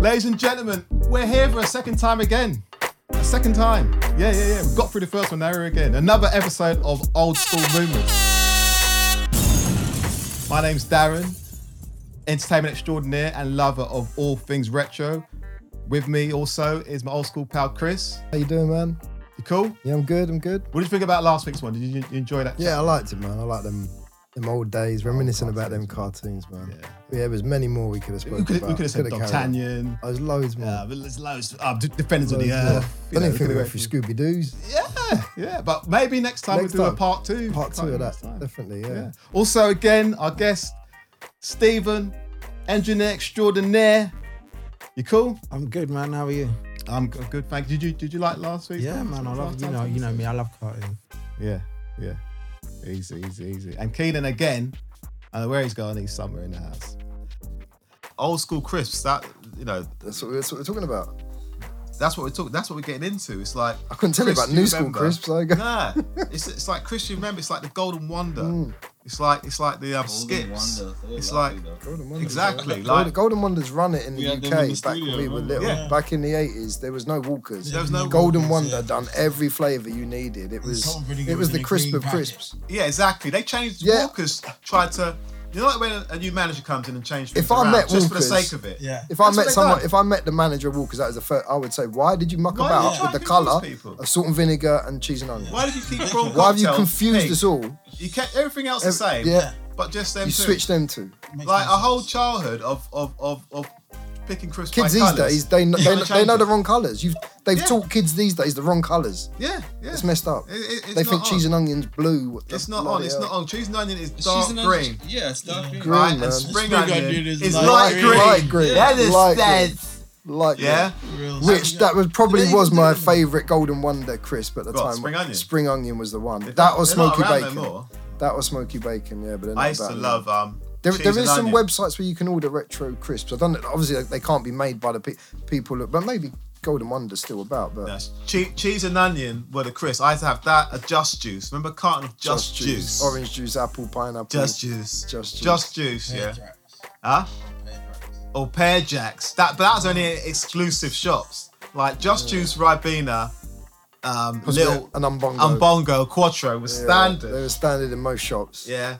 Ladies and gentlemen, we're here for a second time again. A second time. Yeah, yeah, yeah. We got through the first one. Now we're again. Another episode of Old School Rumors. My name's Darren, entertainment extraordinaire and lover of all things retro. With me also is my old school pal Chris. How you doing, man? You cool? Yeah, I'm good. I'm good. What did you think about last week's one? Did you, you enjoy that? Yeah, I liked it, man. I like them, them old days, reminiscing about them cartoons, man. Yeah. Yeah. there was many more we could have spoken We could, about. we could have said Coulda carried on. D'Artagnan. There was loads more. Uh, Loads there's loads. Uh, d- defenders of the more. earth. I you don't know, even think we we could went have- through Scooby Doo's. Yeah, yeah, but maybe next time Next we'll do a time. part two. Part two Time of that, next time. definitely. Yeah. Yeah. Also, again, our guest, Stephen, engineer extraordinaire. You cool? I'm good, man. How are you? I'm g- good, thank you. Did you did you like last week? Yeah, man. I love you know you know me. I love cartoons. Yeah, yeah. Easy, easy, easy. And Keenan again. I know where he's going. He's somewhere in the house. Old school crisps. That you know, That's, what, that's what we're talking about. that's what we're talking. That's what we're getting into. It's like I couldn't tell Chris, you about you new school remember? crisps. I go. nah, it's it's like Christian. Remember, it's like the Golden Wonder. Mm. It's like it's like the um, skips. It's like Golden Wonders, Exactly, yeah. like- Golden, Golden Wonders run it in the We had UK them in the back when studio, we were man. little. Yeah. Back in the eighties, there was no Walkers. There was no Golden Walkers, Wonder yeah. done every flavour you needed. It was Some really it good was in the a crisp green of packet. crisps. yeah, exactly. They changed. Yeah. Walkers tried to. You know, like when a new manager comes in and changes things If I around met just for the Walkers- sake of it. Yeah. If That's I what met they someone, done. if I met the manager of Walkers, that was the first, I would say, why did you muck Why about did you with the try and colour confuse people? of salt and vinegar and cheese and onion? Why did you keep prawn Why have you cocktail confused pink? us all? You kept everything else the Ev- same. yeah. But just them You two. switched them two. Makes like no a whole sense. childhood of of of of picking crisps. Kids by these colours. days, they, kn- You they, gotta kn- they change know the it. wrong colours. You've they've Yeah. taught kids these days the wrong colours. Yeah, yeah. It's messed up. It- it- it's they not think on. cheese and onions blue. What the It's not on. bloody It's hell? not on. Cheese and onion is dark green. Yeah, it's dark green. Green, right, man. and spring Spring onion, onion is, is light, light green. green. Light green. That is light green. sense. Light green. Yeah. Real- Which that was probably They was even my do them. favourite golden wonder crisp at the What, time. spring onion? Spring onion was the one. that was They're not smoky around no bacon. more. That was smoky bacon. Yeah, but they're not I used to about it. love um. There, cheese there and is some onion. websites where you can order retro crisps. I don't know. Obviously, like, they can't be made by the pe- people, that- but maybe Golden Wonder's still about. But Yes. Che- cheese and onion were the crisps. I used to have that. A just juice. Remember a carton of just, juice. orange juice, apple, pineapple. Just juice. Just juice. Just juice. Yeah. Pear tracks. Huh? Pear tracks. or Pear Jacks. That, but that was only in exclusive shops. Like Just Juice Ribena, um, Possibly Lil an Umbongo. Umbongo, Quattro was Yeah, They standard. were standard in most shops. Yeah.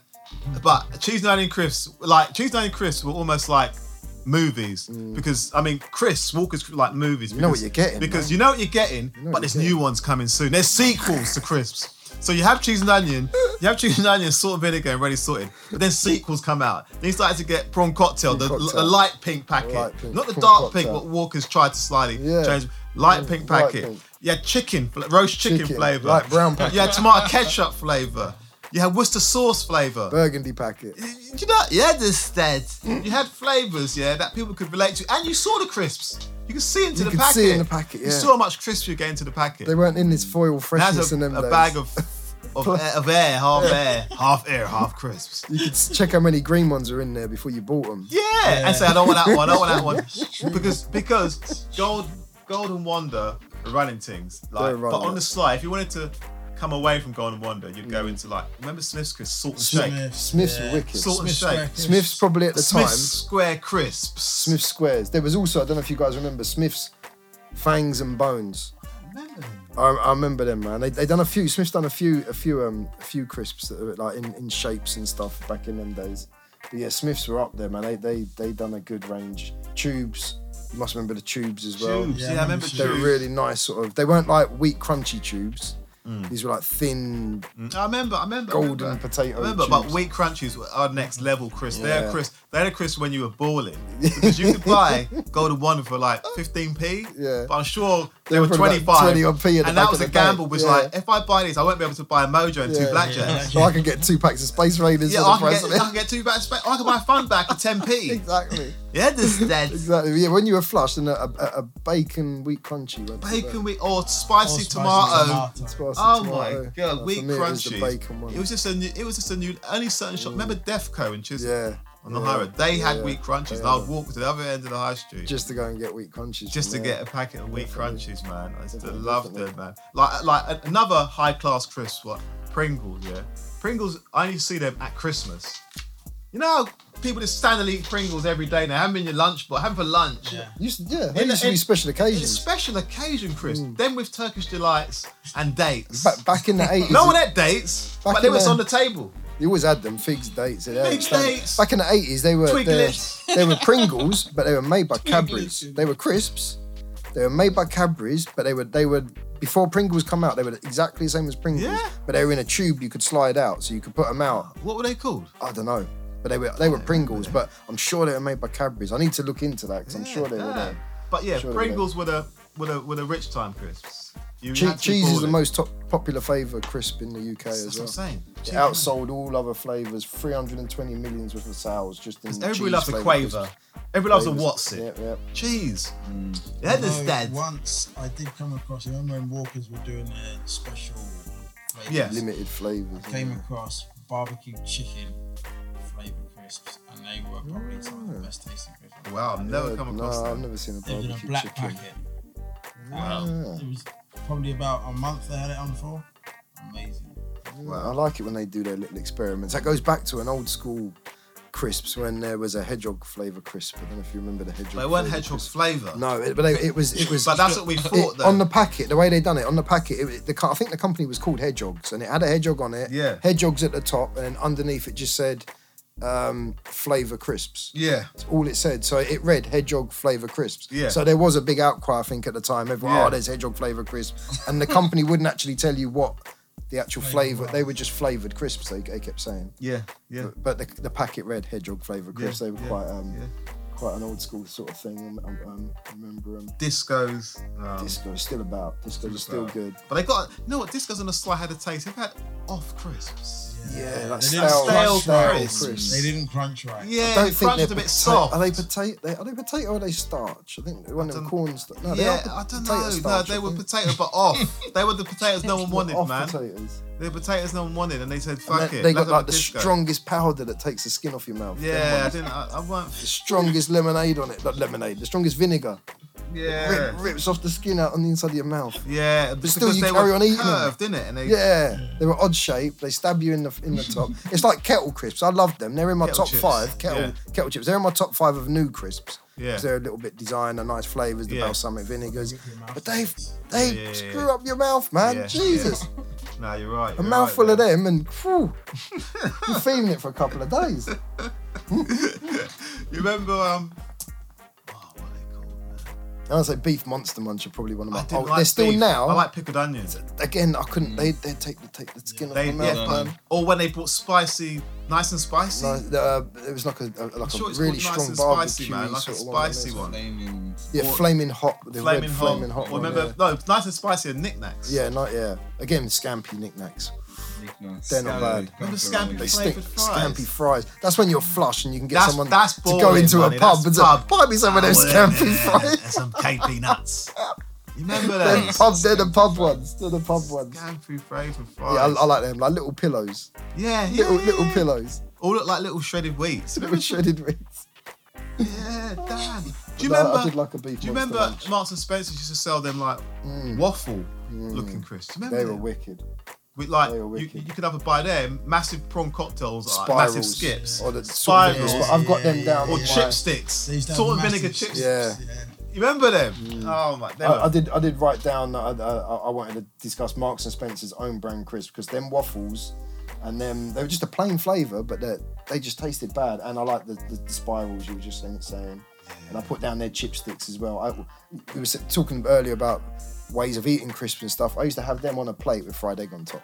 But Cheese Nine and Crisps, like Cheese Nine and Crisps were almost like movies because I mean Chris Walker's like movies. Mm. know what because- you're getting, Because man. you know what you're getting, know what but there's you're new ones coming soon. There's sequels to Crisps. So you have cheese and onion, you have cheese and onion, salt and vinegar, and ready sorted. But then sequels come out. Then you started to get prawn cocktail, the, Prawn cocktail. the light pink packet, Light pink, not the prawn dark pink. cocktail. What Walker's tried to slightly Yeah. Mm, change. Light pink light packet. pink. You had chicken, fl- roast chicken, Chicken, flavor. light brown packet. You had tomato ketchup flavor. You had Worcester sauce flavor. Burgundy packet. Y- you know, you understand. You had flavors, yeah, that people could relate to, and you saw the crisps. You could see into You the could packet. see in the packet, You yeah. saw how much crisps you get into the packet. They weren't in this foil That's freshness a, in them a days. bag of of, air, of air, half air, half air, half crisps. You could s- check how many green ones are in there before you bought them. Yeah, and say I don't want that one. I don't want that one because because gold golden wonder are running things like. They're running But on it. Mm. the slide, if you wanted to come away from golden wonder, you'd go into like remember Smith's crisps, salt and shake, Smiths were wicked. salt and Smith's shake, crackers. Smiths probably at the Smith's time. square crisps, Smiths squares. There was also I don't know if you guys remember Smiths fangs and bones. Remember them? I, I remember them, man. They they done a few. Smith's done a few, a few, um, a few crisps that were like in, in shapes and stuff back in them days. But yeah, Smiths were up there, man. They they they done a good range. Tubes, you must remember the tubes as well. Tubes, Yeah, yeah, I I remember remember They were tubes. really nice, sort of. They weren't like wheat crunchy tubes. Mm. These were like thin. I remember, I remember. Golden I remember. potato I remember, but chips. wheat crunchies were our next level, Chris. They're Yeah. Chris. They're the Chris when you were balling because you could buy golden one for like 15p. Yeah. But I'm sure they, They were were probably 25. about 20 odd p at and the back that of was the a gamble. day. Was Yeah. like, if I buy these, I won't be able to buy a mojo and two Yeah. blackjacks. So I could get two packs of Space Raiders. Yeah, for the I can, price get, of I it. can get two back. I can buy a fun back for 10p. exactly. Yeah, this dead. Exactly. Yeah, when you were flushed and a, a, a bacon wheat crunchy. went with Bacon that. with or spicy, Or spicy tomato. It's worse than Oh tomato. my god, For wheat me, it was the crunchies. bacon one. It was just a new. It was just a new. Only certain shop. Remember Defco in Chisholm Mm. Yeah. on the yeah, high road? They had yeah. wheat crunchies, and Yeah. I'd walk to the other end of the high street just, Just to go and get wheat crunchies. to get from there. a packet of wheat Definitely. crunchies, man. I used to Definitely, love them, man. Like like a- another high class crisp, what Pringles, yeah. Pringles. I only see them at Christmas. You know, how people just stand and eat Pringles every day now. Haven't been your lunch, but having for lunch. Yeah. Used to- yeah, they In- used to in- be special It's a occasions. special occasion, Chris. Mm. Then with Turkish delights and dates. Back, back in the eighties, no one had dates, Back but they in was the- on the table. you always had them figs dates. they had Figs standard- dates. Back in the eighties, they were they, Twiglets. they were Pringles, but they were made by Cadbury's. Twiglets. They were crisps. They were made by Cadbury's, but they were they were before Pringles come out. They were exactly the same as Pringles, Yeah. but they were in a tube you could slide out, so you could put them out. What were they called? I don't know, but they were they were Pringles, but I'm sure they were made by Cadbury's. I need to look into that because I'm Yeah, sure they were damn. there. But yeah, Sure they were. Pringles were the were the were the rich time crisps. You Che- had to cheese call is the it. most top, popular flavour crisp in the UK That's, as that's well. what I'm saying. It Cheese. outsold all other flavours, 320 millions worth of sales just in Everybody cheese loves a flavoured quaver. crisps. Everybody loves a Flavours. Watson. Yep, yep. Cheese. Mm. They I had know this dad. Once I did come across, I remember when Walkers were doing a special. flavours. Yeah. Limited flavours. I came across barbecue chicken flavour crisps, and they were probably some of the best tasting crisps. I've Wow, I've had. never come no, across I've that. never seen a They were in a barbecue black chicken. packet. Wow. It was probably about a month they had it on for. Amazing. Wow. I like it when they do their little experiments. That goes back to an old school crisps when there was a hedgehog flavour crisp. I don't know if you remember the hedgehog. They weren't flavour hedgehog crisp. flavour. No, it, but they, it was it was. But that's what we thought, it- though. on the packet, the way they done it on the packet, it, the, co- I think the company was called Hedgehogs, and it had a hedgehog on it. Yeah. hedgehogs at the top, and then underneath it just said um, flavor crisps. yeah. That's all it said. So it read hedgehog flavor crisps. Yeah. So there was a big outcry, I think, at the time. Everyone, Yeah. oh, there's hedgehog flavor crisps, and the company wouldn't actually tell you what the actual flavor. Flavour. They were just flavored crisps. They, they kept saying. Yeah. Yeah. But, but the, the packet read hedgehog flavor crisps. they were yeah, quite um, yeah. quite an old school sort of thing. Um, um, um, I remember um, Discos. um, Disco's still about. Disco's still about. good. But they got you know what? Discos on the sly had a taste. They've had off crisps. Yeah, they like didn't stale, stale stale crisps. crisps. They didn't crunch right. Yeah, don't the think crunch they're was a bit pota- soft. Are they potato? They, are they potato or are they starch? I think one of them don't- corn starch. No, they are yeah, po- I don't potato know. starch, no, I they were think. potato, but off. they were the potatoes no one wanted, Off man. potatoes. They were potatoes no one wanted, and they said, And "Fuck they- it." they let's got have like a the disco. strongest powder that takes the skin off your mouth. Them Yeah, I ones. didn't. I, I the weren't. strongest lemonade on it, not lemonade. The strongest vinegar Yeah, Rip, rips off the skin out on the inside of your mouth. yeah. But still, you they carry were on eating them. curved, didn't it? And they, Yeah, they were odd shape. They stab you in the in the top. It's like kettle crisps. I love them. They're in my Kettle top chips. five kettle Yeah. kettle chips. They're in my top five of new crisps. 'Cause Yeah. they're a little bit designer, nice flavors, the Yeah. balsamic vinegars. Rip your mouth But they've out. they Yeah, yeah, yeah. screw up your mouth, man. Yeah, Jesus, No, you're right. a you're mouthful right of them, and phew, you're feeling it for a couple of days. there. You remember? Um, oh, what are they called? man? And I say beef monster munch are probably one of I my. didn't Oh, like they're still beef. now. I like pickled onions. Again, I couldn't. They they take the take the skin off They, my mouth, yeah, man. or when they brought spicy, nice and spicy. No, uh, it was like a, a like sure a it's really called strong nice and barbecue spicy, man, like a sort of spicy one. one. Flaming. Yeah, Or- flaming hot. The flaming red hot. flaming hot. Or one, remember, yeah. no, nice and spicy are knickknacks. Yeah, not yeah. Again, scampi knickknacks. They're not bad. Remember scampi They Flavoured stink. fries. Scampi fries. That's when you're flush and you can get That's- someone that's to go boring, into money, a pub that's and say, pub. "Buy me some of those scampi fries." and Oh, some KP nuts. You remember They're those? pub. They're the pub ones. They're the pub ones. Yeah, Scampi fries and I, fries. I like them. Like little pillows. yeah, yeah, Little yeah, little yeah. pillows. All look like little shredded wheats. Little shredded rings. yeah, damn. Do you No, remember? I did like a beef. do you monster remember lunch. Marks and Spencer used to sell them like waffle looking crisps? Do you mm. They remember were them? wicked. with like they were you, wicked. you could have a buy there, massive prawn cocktails, like, Spirals. massive skips, Or the sort of- spirals, I've got them down. or on my- chipsticks, salt and vinegar chipsticks. Yeah. Mm. You remember them? Oh my, they were- I, I did. I did write down that I, I, I wanted to discuss Marks and Spencer's own brand crisp because them waffles, and them they were just a plain flavour, but they they just tasted bad. And I like the, the, the spirals you were just saying. saying. And I put down their chipsticks as well. I, we were talking earlier about ways of eating crisps and stuff. I used to have them on a plate with fried egg on top.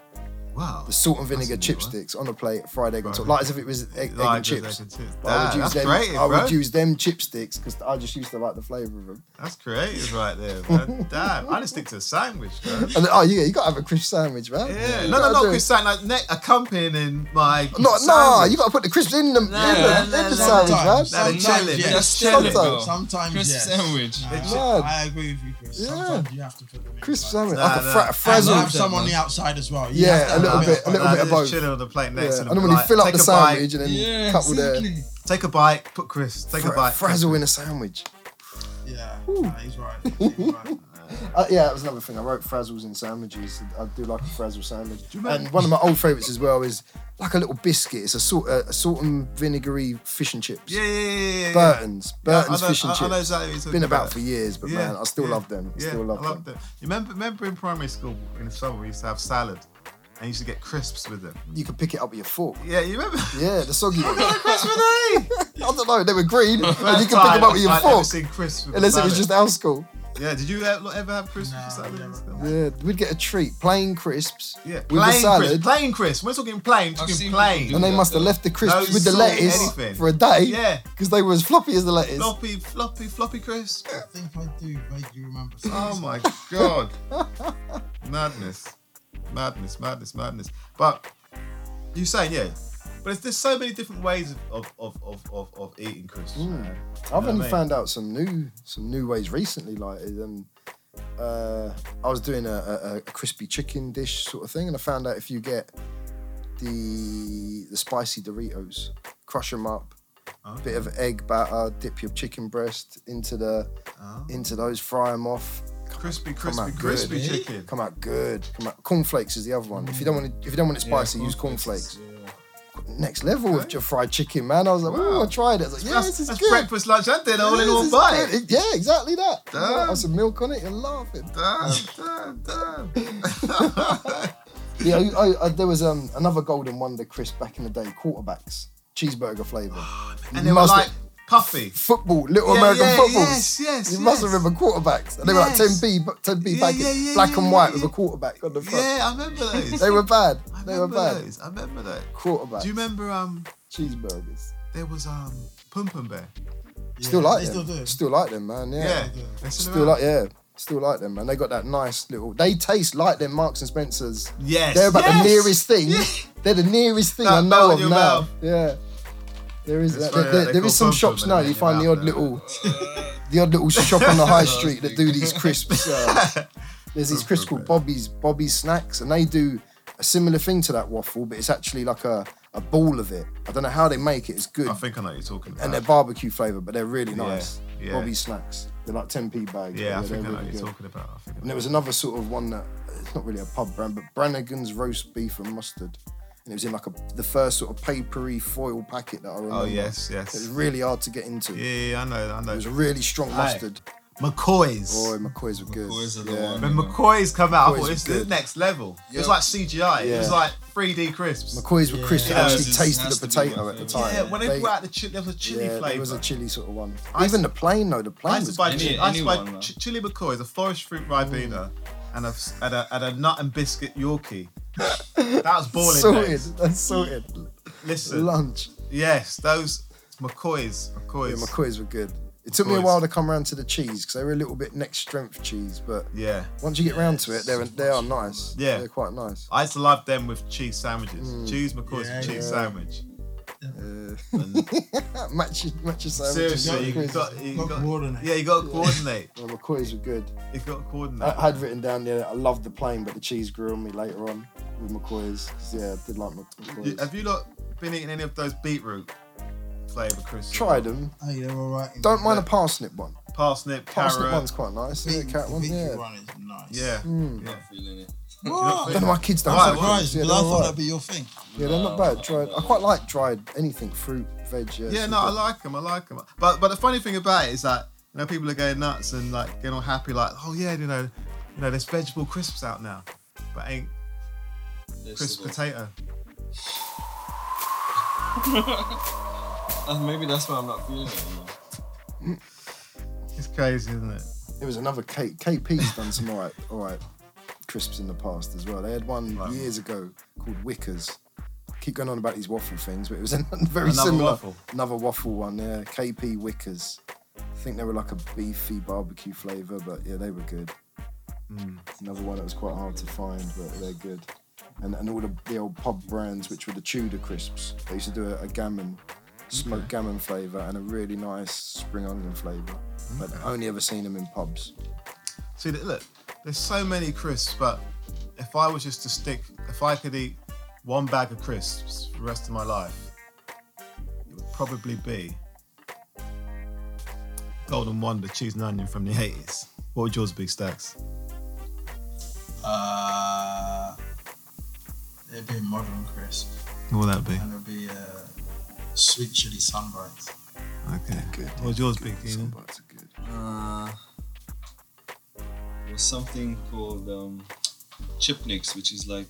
wow. The salt and That's vinegar a new one. chipsticks on a plate, fried egg on Right. top, like as if it was egg, egg Like and the egg chips. and chips. But I would Damn, use that's them. creative, I bro. would use them chipsticks because I just used to like the flavour of them. That's creative right there, man. Damn, I just stick to a sandwich, bro. And oh yeah, you gotta have a crisp sandwich, man. Yeah, You no, no, gotta no, do it. Chris, saying like ne- accompanying my. No, no, you gotta put the crisps in them, Nah, in the, nah, in nah, the nah, sandwich, man. Sometimes, Nah, they're chilling, sometimes, they're yes. chilling, Oh. bro. Sometimes, Crisp yes. sandwich. Nah, It's mad. I agree with you, Chris. Sometimes you have to put them in. Crisp like- sandwich, Nah, like nah. a fra- And frazzle. have Frazzled. some on the outside as well. You Yeah, have to a little have bit- a of little both. bit of both. Just chilling on the plate next Yeah. to And them. then when you like, fill up take the a bite, sandwich and then Yeah, couple there, exactly. Take a bite, put Chris. Take a fra- bite. frazzle in a sandwich. Yeah, nah, he's right. He's right. Uh, yeah, that was another thing. I wrote frazzles in sandwiches. I do like a frazzle sandwich. And one of my old favourites as well is like a little biscuit. It's a sort, uh, a, a salt and vinegary fish and chips. Yeah, yeah, yeah, yeah, yeah. Burton's, Burton's I know- fish and I- I know chips. exactly what you're talking Been about about. for years, but man, I still yeah, love them. yeah, still love I love them. them. You remember, remember in primary school in the summer we used to have salad, and you used to get crisps with them. You could pick it up with your fork. Yeah, you remember? Yeah, the soggy ones. I crisps with me. don't know. They were green, and First you could pick time them up with your I'd Ever fork. seen crisps with Unless it salad. was just our school. Yeah, did you ever, ever have crisps No, with salad? and never. stuff? Yeah, we'd get a treat, plain crisps Yeah, with a plain salad. crisps. Plain crisps. We're talking plain. We're I've talking seen plain. people And they Yeah, must have yeah. left the crisps No with the salt, lettuce anything. for a day. Yeah. Because they were as floppy as the lettuce. Floppy, floppy, floppy crisps. I think I do vaguely remember. Oh my god. madness. Madness, madness, madness. But you saying, yeah. But it's, there's so many different ways of of, of, of, of eating crisps. Mm. man. I've know what I only mean? found out some new some new ways recently. Like um, uh, I was doing a, a, a crispy chicken dish sort of thing, and I found out if you get the the spicy Doritos, crush them up, Oh. bit of egg batter, dip your chicken breast into the Oh. into those, fry them off. Crispy, out crispy, good, crispy eh? chicken. Come out good. Come out. Cornflakes is the other one. If you don't want it, if you don't want it spicy, use cornflakes. Yeah. Next level with Okay. your fried chicken, man. I was like, Wow. oh, I tried it. I was like, yeah, that's this is that's good. breakfast, lunch, and dinner all in Yeah, one this is bite. good. Yeah, exactly that. Damn. Yeah, have some milk on it, you're laughing. Damn, damn, damn. Yeah, I, I, I, there was um, another Golden Wonder crisp back in the day, quarterbacks, cheeseburger flavour. and they were Must- like puffy. Football, little Yeah, American yeah, footballs. yes, yes, You must yes. remember quarterbacks. And they were like Yes. 10p, bu- 10p Yeah, packet, yeah, yeah, black yeah, and white yeah, with yeah. a quarterback on the front. Yeah, I remember those. They were bad. I They were remember bad. those. I remember those. Quarterbacks, Do you remember um cheeseburgers. there was um Pum Pum Bear? Still like they them. Still do. Still like them, man. Yeah. Yeah. Yeah. they're Still around. like, yeah. Still like them, man. They got that nice little. They taste like them Marks and Spencers. Yes. They're about yes. the nearest thing. Yeah. They're the nearest thing That I belt know in of now. your mouth. Yeah. There is It's that. funny There, that there- they there call is some pump shops them now. and they You get find the out odd there. little, the odd little shop on the high street that do these crisps. uh, there's these crisps called Bobby's Bobby's Snacks, and they do a similar thing to that waffle, but it's actually like a, a ball of it. I don't know how they make it. It's good, I think I know what you're talking about. and they're barbecue flavour, but they're really nice. yeah. Bobby's Snacks. They're like 10p bags. yeah, I but they're think I know really what good. you're talking about. I think I And know. there was another sort of one that it's not really a pub brand, but Brannigan's roast beef and mustard. And it was in like a the first sort of papery foil packet that I remember. Oh yes, It was yes. really hard to get into. Yeah, yeah, I know, I It know. was really strong Aye. mustard. McCoy's. Boy, McCoy's were good. McCoy's are the yeah. one. When McCoy's come out, I McCoy's thought it's the good. next level. It was Yeah. like CGI. It was Yeah. like 3D crisps. McCoy's were crisps that Yeah, actually it's- tasted has the to be potato my at the favourite. time. yeah, when they, They- brought out the chili, there was a chili yeah, there flavour. was a chili sort of one. I used Even the plain though, the plain I used to was buy, good. chi- Any- I used to buy anyone, man. ch- chili McCoy's, a forest fruit Mm. ribena, and a, and, a, and a nut and biscuit Yorkie. that was balling sorted. days. That's sorted. Listen, Lunch. yes, those McCoy's, Yeah, McCoy's, McCoy's were good. It took me a McCoy's. while to come around to the cheese because they were a little bit next strength cheese, but yeah. Once you get round to it, they're Yes. they are nice. Yeah. they're quite nice. I used to love them with cheese sandwiches. Mm. Cheese McCoy's Yeah, with cheese yeah. sandwich. Uh, And match your match your sandwiches. seriously, you McCoy's- got, you Got got, coordinate. yeah, you got to coordinate. well, McCoy's were good. You got to coordinate. I had written down there. I loved the plain, but the cheese grew on me later on with McCoy's. 'cause, yeah, I did like Mc- You- McCoy's. have you lot been eating any of those beetroot flavour crisps? Tried them. Hey, they're alright. Don't mind a parsnip one. parsnip, Parsnip carrot. one's quite nice. Yeah, carrot one. Yeah. is nice. Yeah, Mm. yeah. Not feeling it. What? Oh, I don't know why kids don't. Alright, like Right, those. yeah, but they're I thought alright. that'd be your thing. yeah, they're not bad. Tried. I quite like dried anything, fruit, veg. Yeah, Yeah, it's no, all I good. like them. I like them. But but the funny thing about it is that you know people are going nuts and like getting all happy, like oh yeah, you know, you know, there's vegetable crisps out now, but ain't This crisp is potato. all- Uh, Maybe that's why I'm not feeling it. You know? It's crazy, isn't it? There was another K KP's done some alright alright crisps in the past as well. They had one Right. years ago called Wickers. Keep going on about these waffle things, but it was an- very Another similar. waffle. Another waffle one, yeah. KP Wickers. I think they were like a beefy barbecue flavour, but yeah, they were good. Mm. Another one that was quite hard to find, but they're good. And and all the, the old pub brands, which were the Tudor crisps. They used to do a, a gammon, smoked gammon flavour, and a really nice spring onion flavour. But Hmm. I only ever seen them in pubs. See, th- look, there's so many crisps, but if I was just to stick, if I could eat one bag of crisps for the rest of my life, it would probably be Golden Wonder cheese and onion from the 80s. What would yours be, Stacks? Uh, it'd be a modern crisp, What would that be? and it'd be uh, sweet chili sunbite. Okay. Good. What would yours be, Keenan? Sunbites are good. Uh, was something called um, chipnix, which is like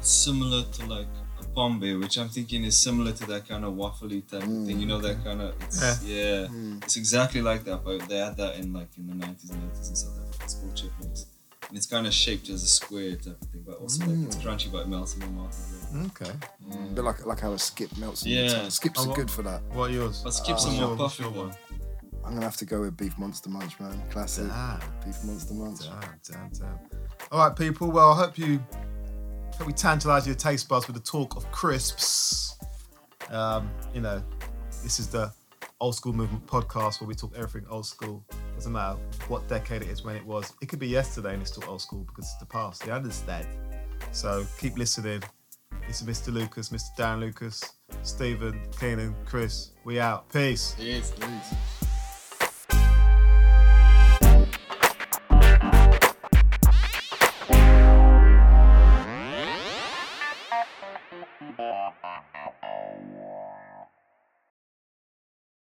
similar to like a Bombay, which I'm thinking is similar to that kind of waffly type of thing. You know that kind of it's, Yeah. yeah. It's exactly like that, but they had that in like in the 90s and 80s in South Africa. It's called chipnix, and it's kind of shaped as a square type of thing, but also like it's crunchy but it melts in your mouth. as well. Okay. A bit like like how a skip melts. in your Yeah. tongue. Skips I are wa- good for that. Oh, What are yours? Oh, But skip What's some your- more what's puffy your one. I'm gonna have to go with beef monster munch, man. Classic Damn, beef monster munch. damn, damn, damn. All right, people. Well, I hope you hope we tantalised your taste buds with the talk of crisps. Um, you know, this is the old school movement podcast where we talk everything old school. Doesn't matter what decade it is, when it was. It could be yesterday and it's still old school because it's the past. You understand? So keep listening. This is Mr. Lucas, Mr. Dan Lucas, Stephen, Keenan, Chris. We out. Peace. Yes, yes.